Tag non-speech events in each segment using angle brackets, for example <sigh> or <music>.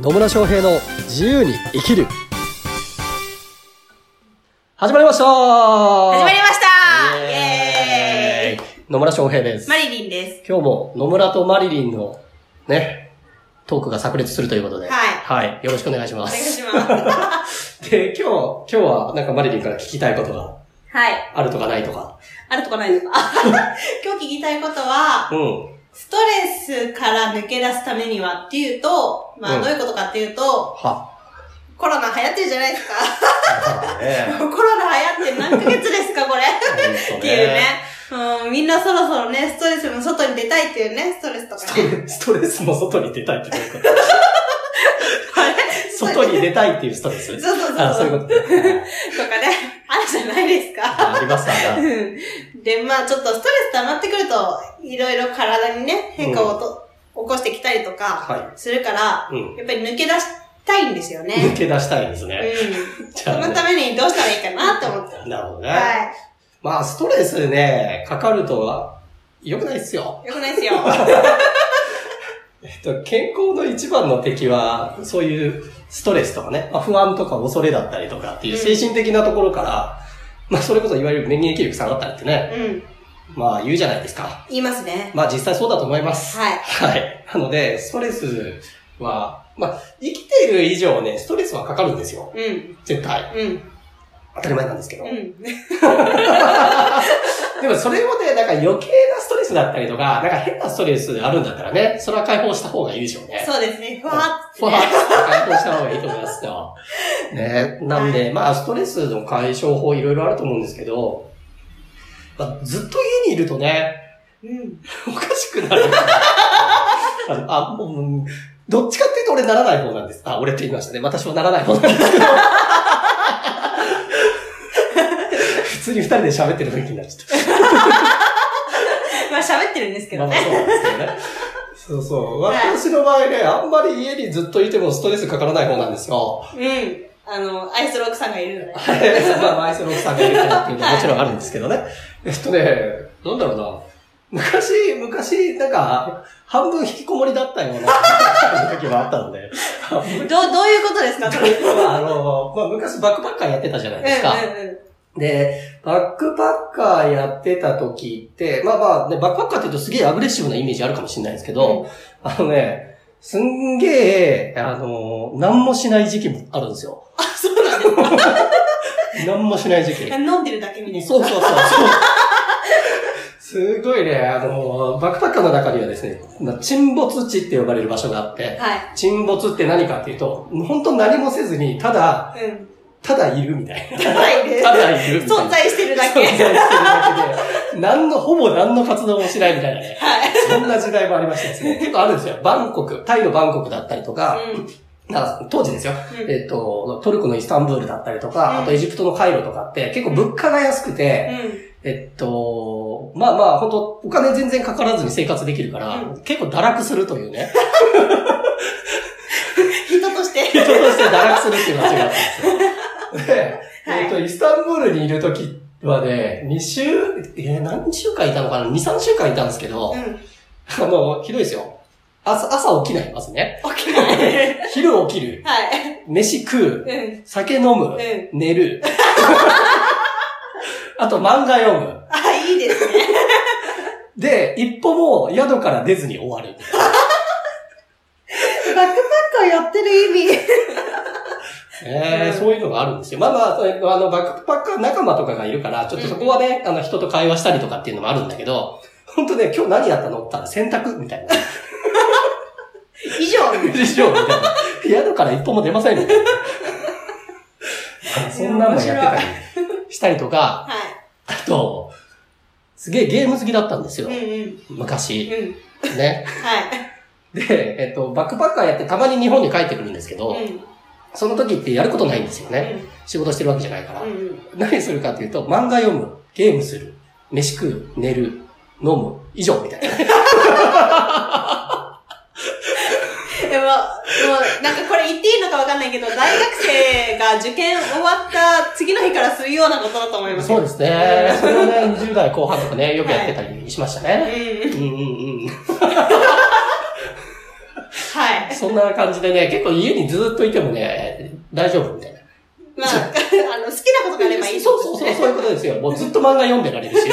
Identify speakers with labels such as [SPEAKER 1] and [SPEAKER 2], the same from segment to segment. [SPEAKER 1] 野村翔平の自由に生きる始まりました
[SPEAKER 2] 始まりましたイ
[SPEAKER 1] エ
[SPEAKER 2] エ
[SPEAKER 1] ーイ野村翔平です
[SPEAKER 2] ーイマリリンです。
[SPEAKER 1] 今日も野村とマリリンのね、トークが炸裂するということで、。
[SPEAKER 2] はい
[SPEAKER 1] よろしくお願いし
[SPEAKER 2] お
[SPEAKER 1] ま
[SPEAKER 2] 願い
[SPEAKER 1] す。
[SPEAKER 2] します。
[SPEAKER 1] で、今日、今日はなんかマリリンから聞きたいことが
[SPEAKER 2] はい。
[SPEAKER 1] あるとかないとか。
[SPEAKER 2] あるとかないですか <laughs> 今日聞きたいことは、
[SPEAKER 1] うん。
[SPEAKER 2] ストレスから抜け出すためにはっていうと、
[SPEAKER 1] う
[SPEAKER 2] まあ
[SPEAKER 1] ん
[SPEAKER 2] どういうことかっていうと、
[SPEAKER 1] は。
[SPEAKER 2] コロナ流行ってるじゃないですか。 <laughs>
[SPEAKER 1] え
[SPEAKER 2] コロナ流行って何ヶ月ですか、これ。
[SPEAKER 1] え
[SPEAKER 2] っていうね。うん、みんなそろそろね、ストレスの外に出たいっていうね、ストレスとかね。
[SPEAKER 1] ストレスも外に出たいってどういうこと
[SPEAKER 2] <laughs>
[SPEAKER 1] 外に出たいっていうストレス
[SPEAKER 2] そうそうそう。。
[SPEAKER 1] あ、そういうこととね。
[SPEAKER 2] とかね、あるじゃないですか。
[SPEAKER 1] あありますから <laughs> ね。
[SPEAKER 2] うんで、まあちょっとストレス溜まってくると、いろいろ体にね、変化をと、起こしてきたりとか、
[SPEAKER 1] は
[SPEAKER 2] するから、
[SPEAKER 1] い。うん。
[SPEAKER 2] やっぱり抜け出したいんですよ
[SPEAKER 1] 抜
[SPEAKER 2] ね。
[SPEAKER 1] け出したいです
[SPEAKER 2] う
[SPEAKER 1] ね。
[SPEAKER 2] ん。
[SPEAKER 1] <laughs> じ
[SPEAKER 2] そ
[SPEAKER 1] ゃあ
[SPEAKER 2] の
[SPEAKER 1] ね。
[SPEAKER 2] ためにどうしたらいいかなって思って。
[SPEAKER 1] なるほどね。
[SPEAKER 2] は
[SPEAKER 1] まあ、ストレスね、かかるとは、良くないですよ。
[SPEAKER 2] い。よくない
[SPEAKER 1] <laughs>
[SPEAKER 2] ですよ。
[SPEAKER 1] えっと健康の一番の敵は、そういうストレスとかね、まあ、不安とか恐れだったりとかっていう
[SPEAKER 2] う
[SPEAKER 1] 精
[SPEAKER 2] ん
[SPEAKER 1] 神的なところから、まあそれこそいわゆる免疫力下がったりってね、
[SPEAKER 2] うん。
[SPEAKER 1] まあ言うじゃないですか。
[SPEAKER 2] 言いますね。
[SPEAKER 1] まあ実際そうだと思います。
[SPEAKER 2] はい。
[SPEAKER 1] はい。なので、ストレスは、まあ生きている以上ね、ストレスはかかるんですよ。
[SPEAKER 2] うん。
[SPEAKER 1] 絶対。
[SPEAKER 2] うん。
[SPEAKER 1] 当たり前なんですけど。
[SPEAKER 2] うん。
[SPEAKER 1] でもそれもね、なんか余計なストレスだったりとか、なんか変なストレスあるんだったらね、それは解放した方がいいでしょうね。
[SPEAKER 2] そうですね。ふわっ
[SPEAKER 1] ふ
[SPEAKER 2] と、
[SPEAKER 1] わ
[SPEAKER 2] ね。
[SPEAKER 1] 解放した方がいいと思いますよ。ね、なんで、まあ、ストレスの解消法いろいろあると思うんですけど、まあ、ずっと家にいるとね、
[SPEAKER 2] うん。
[SPEAKER 1] おかしくなる。 <laughs> あのあ、もううん、どっちかっていうと俺ならない方なんです。あ、俺って言いましたね。私もならない方なんですけど。 <laughs> 普通に二人で喋ってる時になっちゃった。
[SPEAKER 2] まあ喋ってるんですけ
[SPEAKER 1] ま
[SPEAKER 2] ど
[SPEAKER 1] あまあ
[SPEAKER 2] ね。
[SPEAKER 1] そうなんですよね。そうそう。
[SPEAKER 2] はい
[SPEAKER 1] 私の場合ね、あんまり家にずっといてもストレスかからない方なんですよ。
[SPEAKER 2] うん。あの、アイスロックさんがいるので。
[SPEAKER 1] <laughs> まあ、まあ愛想の奥さんがいるからっていうのはもちろんあるんですけどね。えっとね、なんだろうな。昔、昔、なんか、半分引きこもりだったような時はあったの
[SPEAKER 2] <laughs>
[SPEAKER 1] で。
[SPEAKER 2] どう、どういうことですかそれ。うん
[SPEAKER 1] あの、まあ、昔バックパッカーやってたじゃないですか。
[SPEAKER 2] うんうん。
[SPEAKER 1] で、バックパッカーやってた時って、まあまあ、ね、バックパッカーって言うとすげえアグレッシブなイメージあるかもしれないですけど、あのね、すんげえ、あの、何もしない時期もあるんですよ。
[SPEAKER 2] あ、そうなんですか
[SPEAKER 1] <laughs> 何もしない時期。
[SPEAKER 2] 飲んでるだけみたいな。
[SPEAKER 1] そうそうそうそう。すごいね、あの、バックパッカーの中にはですね、沈没地って呼ばれる場所があって、
[SPEAKER 2] は
[SPEAKER 1] 沈没って何かっていうと、本当何もせずに、ただ、
[SPEAKER 2] い。うん。 <laughs>
[SPEAKER 1] ただいるみたいな。
[SPEAKER 2] ただい
[SPEAKER 1] <laughs>
[SPEAKER 2] る。
[SPEAKER 1] ただいるみたい
[SPEAKER 2] 存
[SPEAKER 1] な。
[SPEAKER 2] 在してるだ
[SPEAKER 1] 存在して
[SPEAKER 2] け。
[SPEAKER 1] るだけで、何の、ほぼ何の活動もしないみたいなね。
[SPEAKER 2] はい。
[SPEAKER 1] そんな時代もありましたですね。結構あるんですよ。バンコク、タイのバンコクだったりとか、
[SPEAKER 2] うん。
[SPEAKER 1] あ当時ですよ。
[SPEAKER 2] うん
[SPEAKER 1] えっと、トルコのイスタンブールだったりとか、
[SPEAKER 2] うん
[SPEAKER 1] あとエジプトのカイロとかって、結構物価が安くて、
[SPEAKER 2] う
[SPEAKER 1] えっと、まあまあ、本当お金全然かからずに生活できるから、
[SPEAKER 2] う
[SPEAKER 1] 結構堕落するというね。
[SPEAKER 2] ん。人として。
[SPEAKER 1] 人として堕落するっていう間違いっ
[SPEAKER 2] <laughs>
[SPEAKER 1] たんですよ。で、
[SPEAKER 2] はい
[SPEAKER 1] えっと、イスタンブールにいるときはね、2週、えー何週間いたのかな ?2、3週間いたんですけど、
[SPEAKER 2] う
[SPEAKER 1] あの、ひどいですよ。朝、朝起きない、まず
[SPEAKER 2] <laughs>
[SPEAKER 1] ね。
[SPEAKER 2] ん。起きない。
[SPEAKER 1] 昼起きる、
[SPEAKER 2] はい。
[SPEAKER 1] 飯食う、
[SPEAKER 2] うん。
[SPEAKER 1] 酒飲む、
[SPEAKER 2] うん。
[SPEAKER 1] 寝る。あと漫画読む。
[SPEAKER 2] あ、いいですね。
[SPEAKER 1] で、一歩も宿から出ずに終わる。
[SPEAKER 2] バックパッカーやってる意味。
[SPEAKER 1] ええ
[SPEAKER 2] うん
[SPEAKER 1] そういうのがあるんですよ。まあまあ、それあの、バックパッカー仲間とかがいるから、ちょっとそこはね、あの、人と会話したりとかっていうのもあるんだけど、本当ね、今日何やったのって言ったら洗濯みたいな。
[SPEAKER 2] <laughs> 以上。
[SPEAKER 1] <laughs> 以上みたいな。ピアノから一歩も出ませんみた
[SPEAKER 2] <laughs>
[SPEAKER 1] いな。まあそんなのやってたりしたりとか、
[SPEAKER 2] は
[SPEAKER 1] あと、すげえゲーム好きだったんです
[SPEAKER 2] い。
[SPEAKER 1] よ
[SPEAKER 2] う。ん
[SPEAKER 1] 昔。
[SPEAKER 2] うん。うん。
[SPEAKER 1] ね。
[SPEAKER 2] は
[SPEAKER 1] で、えっと、バックパッカーやってたまに日本に帰ってくるんですけど、
[SPEAKER 2] い。うん。
[SPEAKER 1] その時ってやることないんですよね。仕事してるわけじゃないから
[SPEAKER 2] うん。。うん。
[SPEAKER 1] 何するかっていうと、漫画読む、ゲームする、飯食う、寝る、飲む、以上みたいな。
[SPEAKER 2] でも、もう、なんかこれ言っていいのかわかんないけど、大学生が受験終わった次の日からするようなことだと思います。
[SPEAKER 1] そう
[SPEAKER 2] う
[SPEAKER 1] ですね。それをね、20代後半とかね、よくやってたりしましたね。
[SPEAKER 2] ん。
[SPEAKER 1] うんうんうん。
[SPEAKER 2] はい。
[SPEAKER 1] そんな感じでね、結構家にずっといてもね、大丈夫みたいな。
[SPEAKER 2] まあ、あの、好きなことがあればいい、
[SPEAKER 1] そうそうそう、そういうことですよ。もうずっと漫画読んでられるし、 <laughs>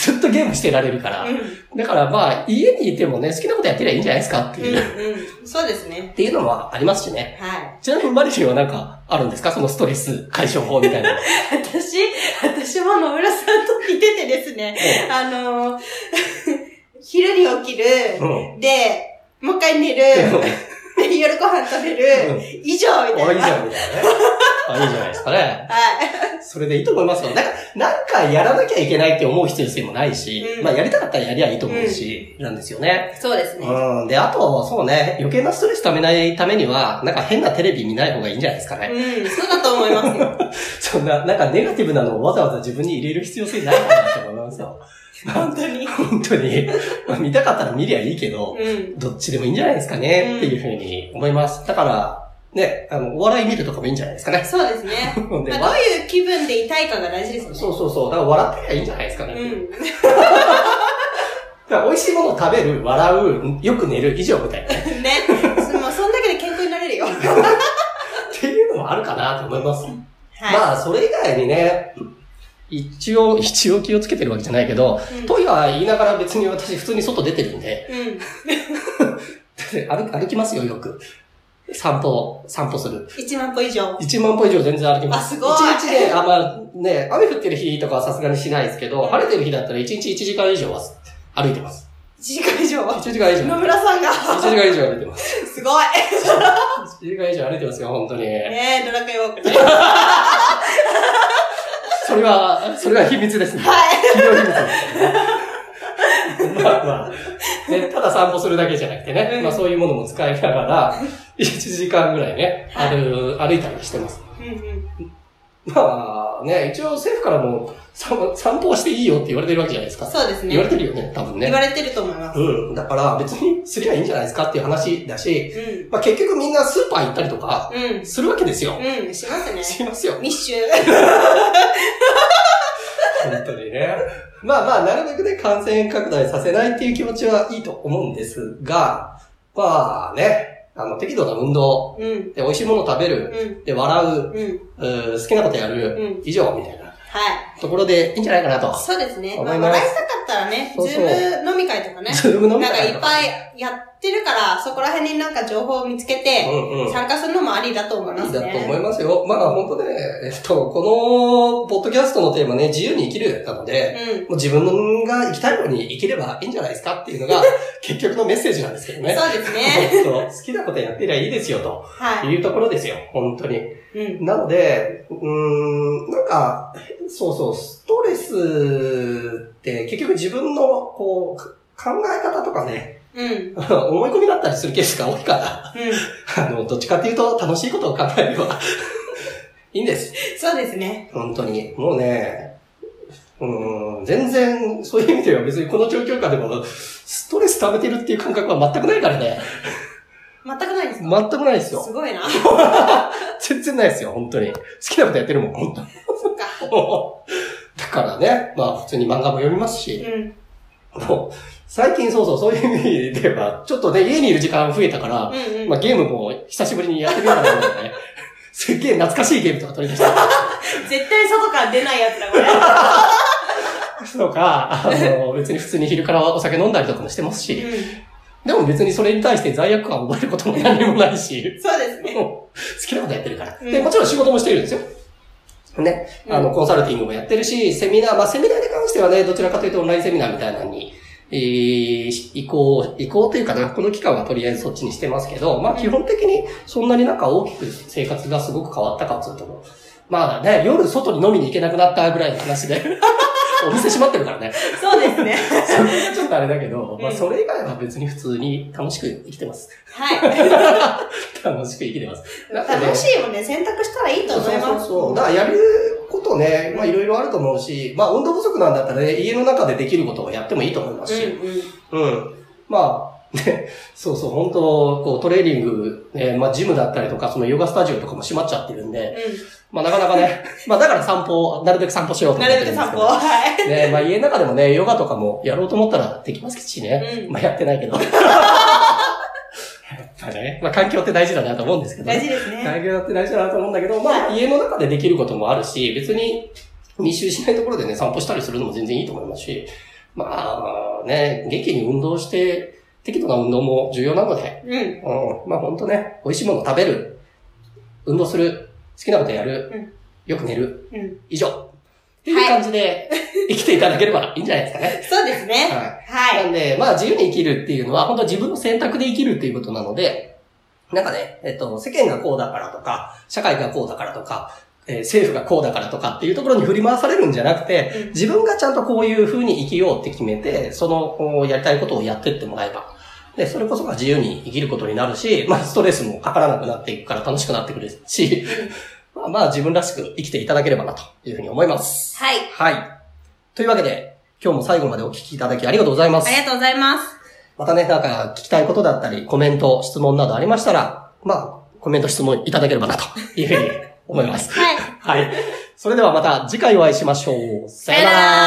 [SPEAKER 1] ずっとゲームしてられるから
[SPEAKER 2] う。ん。
[SPEAKER 1] だからまあ、家にいてもね、好きなことやってりゃいいんじゃないですかっていう、っ
[SPEAKER 2] うんうん。そうですね。
[SPEAKER 1] ていうのもありますしね。
[SPEAKER 2] はい。
[SPEAKER 1] ちなみにマリシーはなんかあるんですかそのストレス解消法みたいな。うん
[SPEAKER 2] 私、私は野村さんと似ててですね、あのー、 <laughs> 昼に起きる、 <laughs>
[SPEAKER 1] うん。
[SPEAKER 2] で、もう一回寝る、で夜ご飯食べる、以上、み
[SPEAKER 1] あ、
[SPEAKER 2] た
[SPEAKER 1] い
[SPEAKER 2] い
[SPEAKER 1] いじ
[SPEAKER 2] な。
[SPEAKER 1] ゃん、みたいなね。あ、いいじゃないですかね。
[SPEAKER 2] はい。
[SPEAKER 1] それでいいと思いますよ。なんか、なんかやらなきゃいけないって思う必要性もないし、
[SPEAKER 2] うん
[SPEAKER 1] まあやりたかったらやりゃいいと思うし、なんですよね。
[SPEAKER 2] そうですね。
[SPEAKER 1] うん。で、あとはそうね、余計なストレス溜めないためには、なんか変なテレビ見ない方がいいんじゃないですかね。
[SPEAKER 2] うん、そうだと思いますよ。
[SPEAKER 1] そんな、なんかネガティブなのをわざわざ自分に入れる必要性ないかなと思いますよ。
[SPEAKER 2] 本当に。
[SPEAKER 1] 本当に。まあ見たかったら見りゃいいけど、
[SPEAKER 2] うん。
[SPEAKER 1] どっちでもいいんじゃないですかね、っていうふうに思います。だから、ね、あの、お笑い見るとかもいいんじゃないですかね。
[SPEAKER 2] そうですね。
[SPEAKER 1] ほんで
[SPEAKER 2] まあ、どういう気分でいたいかが大事ですよね。
[SPEAKER 1] そうそうそう。だから笑ってりゃいいんじゃないですかね。
[SPEAKER 2] うん。
[SPEAKER 1] だから美味しいものを食べる、笑う、よく寝る、以上
[SPEAKER 2] <laughs>
[SPEAKER 1] みたいな。っ
[SPEAKER 2] ね。もうそんだけで健康になれるよ。はい。
[SPEAKER 1] ていうのもあるかなと思います。まあ、それ以外にね、一応、一応気をつけてるわけじゃないけど、
[SPEAKER 2] うん
[SPEAKER 1] とは言いながら別に私普通に外出てるんで、 <laughs>
[SPEAKER 2] うん。
[SPEAKER 1] 歩歩きますよ、よく。散歩、散歩する。
[SPEAKER 2] 1万歩以上。
[SPEAKER 1] 1万歩以上全然歩きます。
[SPEAKER 2] あすごい
[SPEAKER 1] 1日で、あ、まあね、雨降ってる日とかはさすがにしないですけど、晴れてる日だったら1日1時間以上は歩いてます。
[SPEAKER 2] 1時間以上。
[SPEAKER 1] 1時間以上。
[SPEAKER 2] 野村さんが。
[SPEAKER 1] 1時間以上歩いてます。
[SPEAKER 2] すごい。
[SPEAKER 1] 1時間以上歩いてますよ、本当に。
[SPEAKER 2] ねえ、ドラクエウォークね。
[SPEAKER 1] それは、それは秘密ですね。
[SPEAKER 2] はい。
[SPEAKER 1] 企業秘密ですね。 <laughs> まあまあ、ね、ただ散歩するだけじゃなくてね、まあそういうものも使いながら、1時間ぐらいね、歩歩いたりしてます。
[SPEAKER 2] うんうん。
[SPEAKER 1] まあね、一応政府からも散散歩をしていいよって言われてるわけじゃないですか。
[SPEAKER 2] そうですね。
[SPEAKER 1] 言われてるよね、多分ね。
[SPEAKER 2] 言われてると思います。
[SPEAKER 1] うん。だから別にすりゃいいんじゃないですかっていう話だし、
[SPEAKER 2] う
[SPEAKER 1] まあ結局みんなスーパー行ったりとか、
[SPEAKER 2] ん。うん。
[SPEAKER 1] するわけですよ。
[SPEAKER 2] うん、しますね。
[SPEAKER 1] しますよ。
[SPEAKER 2] 密集。
[SPEAKER 1] 本当にね。まあまあ、なるべくね、感染拡大させないっていう気持ちはいいと思うんですが、まあね、あの、適度な運動、
[SPEAKER 2] うん。
[SPEAKER 1] で、美味しいもの食べる、
[SPEAKER 2] うん。
[SPEAKER 1] で、笑う、
[SPEAKER 2] うん。
[SPEAKER 1] うー好きなことやる、
[SPEAKER 2] うん。
[SPEAKER 1] 以上、みたいな
[SPEAKER 2] はい。
[SPEAKER 1] ところでいいんじゃないかなと。
[SPEAKER 2] そうですね。
[SPEAKER 1] 思
[SPEAKER 2] まあ、
[SPEAKER 1] い
[SPEAKER 2] ま
[SPEAKER 1] ま
[SPEAKER 2] あ
[SPEAKER 1] す
[SPEAKER 2] 会いたかったらね、
[SPEAKER 1] そう
[SPEAKER 2] ズ
[SPEAKER 1] そう
[SPEAKER 2] ーム飲み会とかね。
[SPEAKER 1] ズー <laughs> ム飲み
[SPEAKER 2] なんか
[SPEAKER 1] 会
[SPEAKER 2] い
[SPEAKER 1] と
[SPEAKER 2] っぱいやってるから、そこら辺になんか情報を見つけ
[SPEAKER 1] う
[SPEAKER 2] て、
[SPEAKER 1] んうん。
[SPEAKER 2] 参加するのもありだと思いま
[SPEAKER 1] いい
[SPEAKER 2] す
[SPEAKER 1] だと思
[SPEAKER 2] ね。
[SPEAKER 1] いますよ。まあ本当ね、えっと、この、ポッドキャストのテーマね、自由に生きるなので、
[SPEAKER 2] うん。
[SPEAKER 1] もう自分が生きたいように生きればいいんじゃないですかっていうの
[SPEAKER 2] <laughs>
[SPEAKER 1] が、結局のメッセージなんですけどね。
[SPEAKER 2] そうです
[SPEAKER 1] <laughs>
[SPEAKER 2] ね。
[SPEAKER 1] そう好きなことやってりゃいいですよ、と
[SPEAKER 2] はい。
[SPEAKER 1] いうところですよ、本当に。
[SPEAKER 2] うん。
[SPEAKER 1] なので、うーん、なんか、そうそう、ストレスって結局自分のこうか考え方とかね、 <laughs>
[SPEAKER 2] うん。うん。
[SPEAKER 1] 思い込みだったりするケースが多いから、 <laughs> あの、どっちかっていうと楽しいことを考えれば <laughs> いいんです。
[SPEAKER 2] そうですね。
[SPEAKER 1] 本当に。もうね、うーん、全然そういう意味では別にこの状況下でもストレス溜めてるっていう感覚は全くないからね。
[SPEAKER 2] 全くないです
[SPEAKER 1] 全
[SPEAKER 2] か
[SPEAKER 1] くないですよ。
[SPEAKER 2] す
[SPEAKER 1] <laughs>
[SPEAKER 2] ごいな。
[SPEAKER 1] 全然ないですよ、本当に。好きなことやってるもん、本当に
[SPEAKER 2] そっか。
[SPEAKER 1] <laughs> だからね、まあ普通に漫画も読みますし、
[SPEAKER 2] うん。
[SPEAKER 1] もう最近そうそう、そういう意味では、ちょっとね、家にいる時間増えたから、
[SPEAKER 2] うんうん。
[SPEAKER 1] まあゲームも久しぶりにやってみようかなと思ってね。 <laughs> すっげえ懐かしいゲームとか取り出した <laughs>
[SPEAKER 2] 絶対外から出ないやつだ、これ。
[SPEAKER 1] とか、あの、別に普通に昼からお酒飲んだりとかもしてますし、
[SPEAKER 2] う
[SPEAKER 1] でも別にそれに対して罪悪感を覚えることも何もないし、
[SPEAKER 2] ん。そうですね。
[SPEAKER 1] もう好きなことやってるから。
[SPEAKER 2] うん
[SPEAKER 1] で、もちろん仕事もしてるんですよ。ね。あの、コンサルティングもやってるし、セミナー、まあ、セミナーに関してはね、どちらかというとオンラインセミナーみたいなのに、えー、移行、移行というかな、この期間はとりあえずそっちにしてますけど、まあ、基本的にそんなになんか大きく生活がすごく変わったかっつうと、まあね、夜外に飲みに行けなくなったぐらいの話 <laughs> で、お店閉まってるからね。
[SPEAKER 2] そうですね。
[SPEAKER 1] それ <laughs> がちょっとあれだけど、まあ、
[SPEAKER 2] うん
[SPEAKER 1] それ以外は別に普通に楽しく生きてます。
[SPEAKER 2] はい。
[SPEAKER 1] <laughs> 楽しく生きてます。だってね
[SPEAKER 2] 楽しいもね、選択したらいいと思います。
[SPEAKER 1] そうそうそう。だからやることね、まあいろいろあると思うし、まあ運動不足なんだったらね、家の中でできることをやってもいいと思いますし、
[SPEAKER 2] うんうん。
[SPEAKER 1] うん。まあ、ね、 <laughs> そうそう、本当こうトレーニング、ね、まあジムだったりとか、そのヨガスタジオとかも閉まっちゃってるんで、
[SPEAKER 2] う
[SPEAKER 1] まあなかなか
[SPEAKER 2] <laughs>
[SPEAKER 1] ね、まあだから散歩、なるべく散歩しようと
[SPEAKER 2] ん。
[SPEAKER 1] 思
[SPEAKER 2] な
[SPEAKER 1] って
[SPEAKER 2] る
[SPEAKER 1] るん
[SPEAKER 2] べ
[SPEAKER 1] で
[SPEAKER 2] く
[SPEAKER 1] すけ
[SPEAKER 2] 散
[SPEAKER 1] ど。
[SPEAKER 2] 歩。は
[SPEAKER 1] <laughs>
[SPEAKER 2] い。
[SPEAKER 1] ね、まあ <laughs> 家の中でもね、ヨガとかもやろうと思ったらできますしね。
[SPEAKER 2] うん
[SPEAKER 1] まあやってないけど。まあね、まあ環境って大事だなと思うんですけど、
[SPEAKER 2] 大事ですね。
[SPEAKER 1] 環境って大事だなと思うんだけど、まあ家の中でできることもあるし、別に密集しないところでね、散歩したりするのも全然いいと思いますし、まあね、元気に運動して、適度な運動も重要なので、
[SPEAKER 2] うん。
[SPEAKER 1] うん、まあ本当ね、美味しいもの食べる、運動する、好きなことやる、
[SPEAKER 2] うん
[SPEAKER 1] よく寝る、
[SPEAKER 2] うん。
[SPEAKER 1] 以上。っていう感じで、生きていただければいいんじゃないですかね。
[SPEAKER 2] <laughs> そうですね。
[SPEAKER 1] はい。な
[SPEAKER 2] は。
[SPEAKER 1] いんで、まあ自由に生きるっていうのは、本当は自分の選択で生きるっていうことなので、なんかね、えっと、世間がこうだからとか、社会がこうだからとか、えー政府がこうだからとかっていうところに振り回されるんじゃなくて、
[SPEAKER 2] うん
[SPEAKER 1] 自分がちゃんとこういう風に生きようって決めて、そのおやりたいことをやってってもらえば。で、それこそが自由に生きることになるし、まあストレスもかからなくなっていくから楽しくなってくるし、 <laughs> まあまあ自分らしく生きていただければなというふうに思います。
[SPEAKER 2] はい。
[SPEAKER 1] はい。というわけで、今日も最後までお聞きいただきありがとうございます
[SPEAKER 2] あり。がとうございます。
[SPEAKER 1] またね、なんか聞きたいことだったり、コメント、質問などありましたら、まあ、コメント、質問いただければな、と <laughs> いうふうに思います。
[SPEAKER 2] はい。
[SPEAKER 1] はい。それではまた次回お会いしましょう。さ
[SPEAKER 2] さよなら